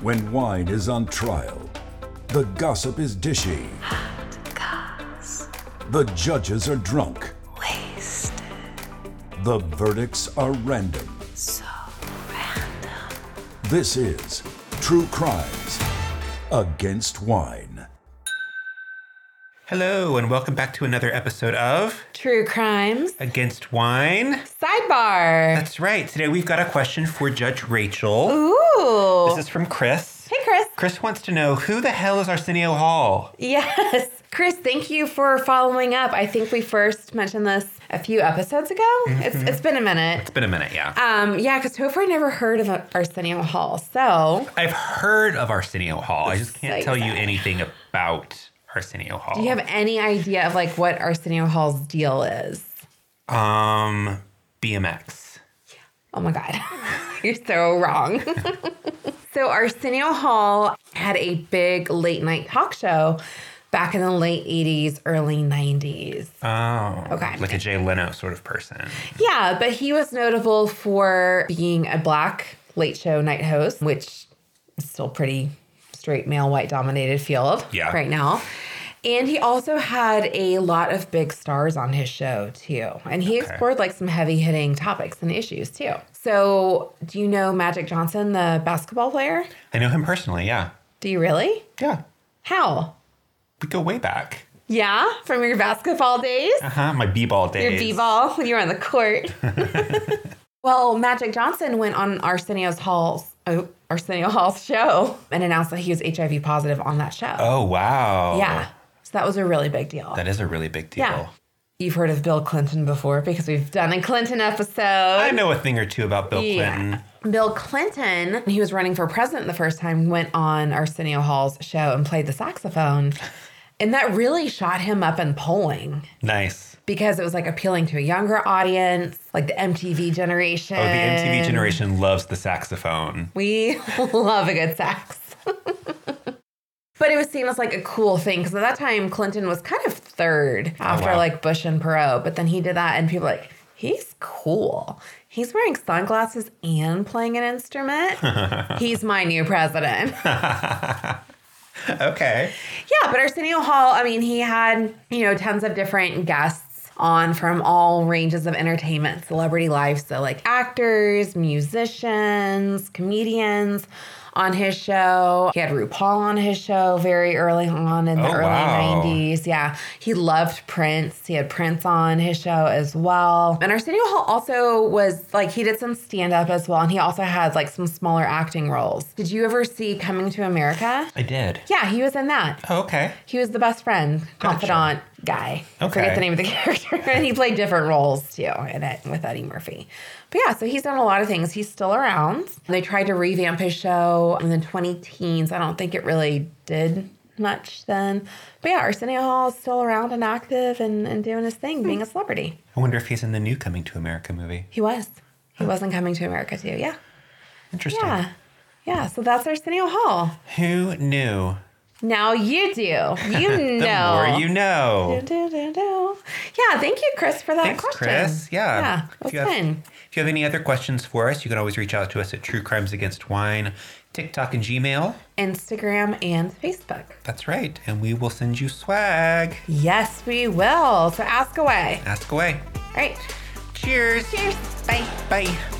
when wine is on trial. The gossip is dishy. The judges are drunk. The verdicts are random. This is True Crimes Against Wine. Hello, and welcome back to another episode of True crimes. Against Wine. Sidebar. That's right. Today we've got a question for Judge Rachel. Ooh. This is from Chris. Hey, Chris. Chris wants to know who the hell is Arsenio Hall? Yes. Chris, thank you for following up. I think we first mentioned this a few episodes ago. It's, Mm-hmm. it's been a minute. It's been a minute, yeah. Um, yeah, because Topher never heard of Arsenio Hall. So, I've heard of Arsenio Hall. I just can't So tell you excited. anything about Arsenio Hall. do you have any idea of like what Arsenio Hall's deal is? um BMX? Oh my God. You're so wrong. so, Arsenio Hall had a big late night talk show back in the late 80s, early 90s. Oh, Okay. like a Jay Leno sort of person. Yeah, but he was notable for being a black late show night host, which is still pretty straight male white dominated field Yeah. right now. And he also had a lot of big stars on his show too. And he explored like some heavy hitting topics and issues too. So, do you know Magic Johnson, the basketball player? I know him personally. Yeah, Do you really? yeah. How? We go way back. Yeah, from your basketball days? Uh huh. My b-ball days. your b-ball when you were on the court. well, Magic Johnson went on Arsenio's Hall's oh, Arsenio Hall's show and announced that he was HIV positive on that show. Oh wow. yeah, so that was a really big deal. That is a really big deal. Yeah. You've heard of Bill Clinton before because we've done a Clinton episode. I know a thing or two about Bill Yeah. Clinton. Bill Clinton, when he was running for president the first time, went on Arsenio Hall's show and played the saxophone. And that really shot him up in polling. Nice. because it was like appealing to a younger audience, like the MTV generation. Oh, the MTV generation loves the saxophone. We love a good sax. but it was seen as like a cool thing because at that time Clinton was kind of third after Oh, wow. like Bush and Perot, but then he did that and people were like he's cool. He's wearing sunglasses and playing an instrument. he's my new president. Okay. Yeah, but Arsenio Hall, I mean, he had, you know, tons of different guests on from all ranges of entertainment, celebrity life. So, like actors, musicians, comedians on his show. He had RuPaul on his show very early on in the Oh, early wow. 90s. Yeah. He loved Prince. He had Prince on his show as well. And Arsenio Hall also was like, he did some stand up as well. And he also had like some smaller acting roles. Did you ever see Coming to America? I did. Yeah, he was in that. Oh, okay. He was the best friend, confidant guy. I Okay. forget the name of the character. and he played different roles too in it with Eddie Murphy. But yeah, so he's done a lot of things. He's still around. They tried to revamp his show in the 20 teens. I don't think it really did much then. But yeah, Arsenio Hall is still around and active and, and doing his thing, being a celebrity. I wonder if he's in the new Coming to America movie. He was. He wasn't coming to America too. Yeah. Interesting. Yeah. Yeah. So that's Arsenio Hall. Who knew? Now you do. You know. The more you know. Do, do, do, do. Yeah, thank you, Chris, for that Thanks, question. Chris. Yeah. Yeah, it was if you, have, fun. if you have any other questions for us, you can always reach out to us at True Crimes Against Wine, TikTok, and Gmail. Instagram and Facebook. That's right. And we will send you swag. Yes, we will. So ask away. Ask away. All right. Cheers. Cheers. Bye. Bye.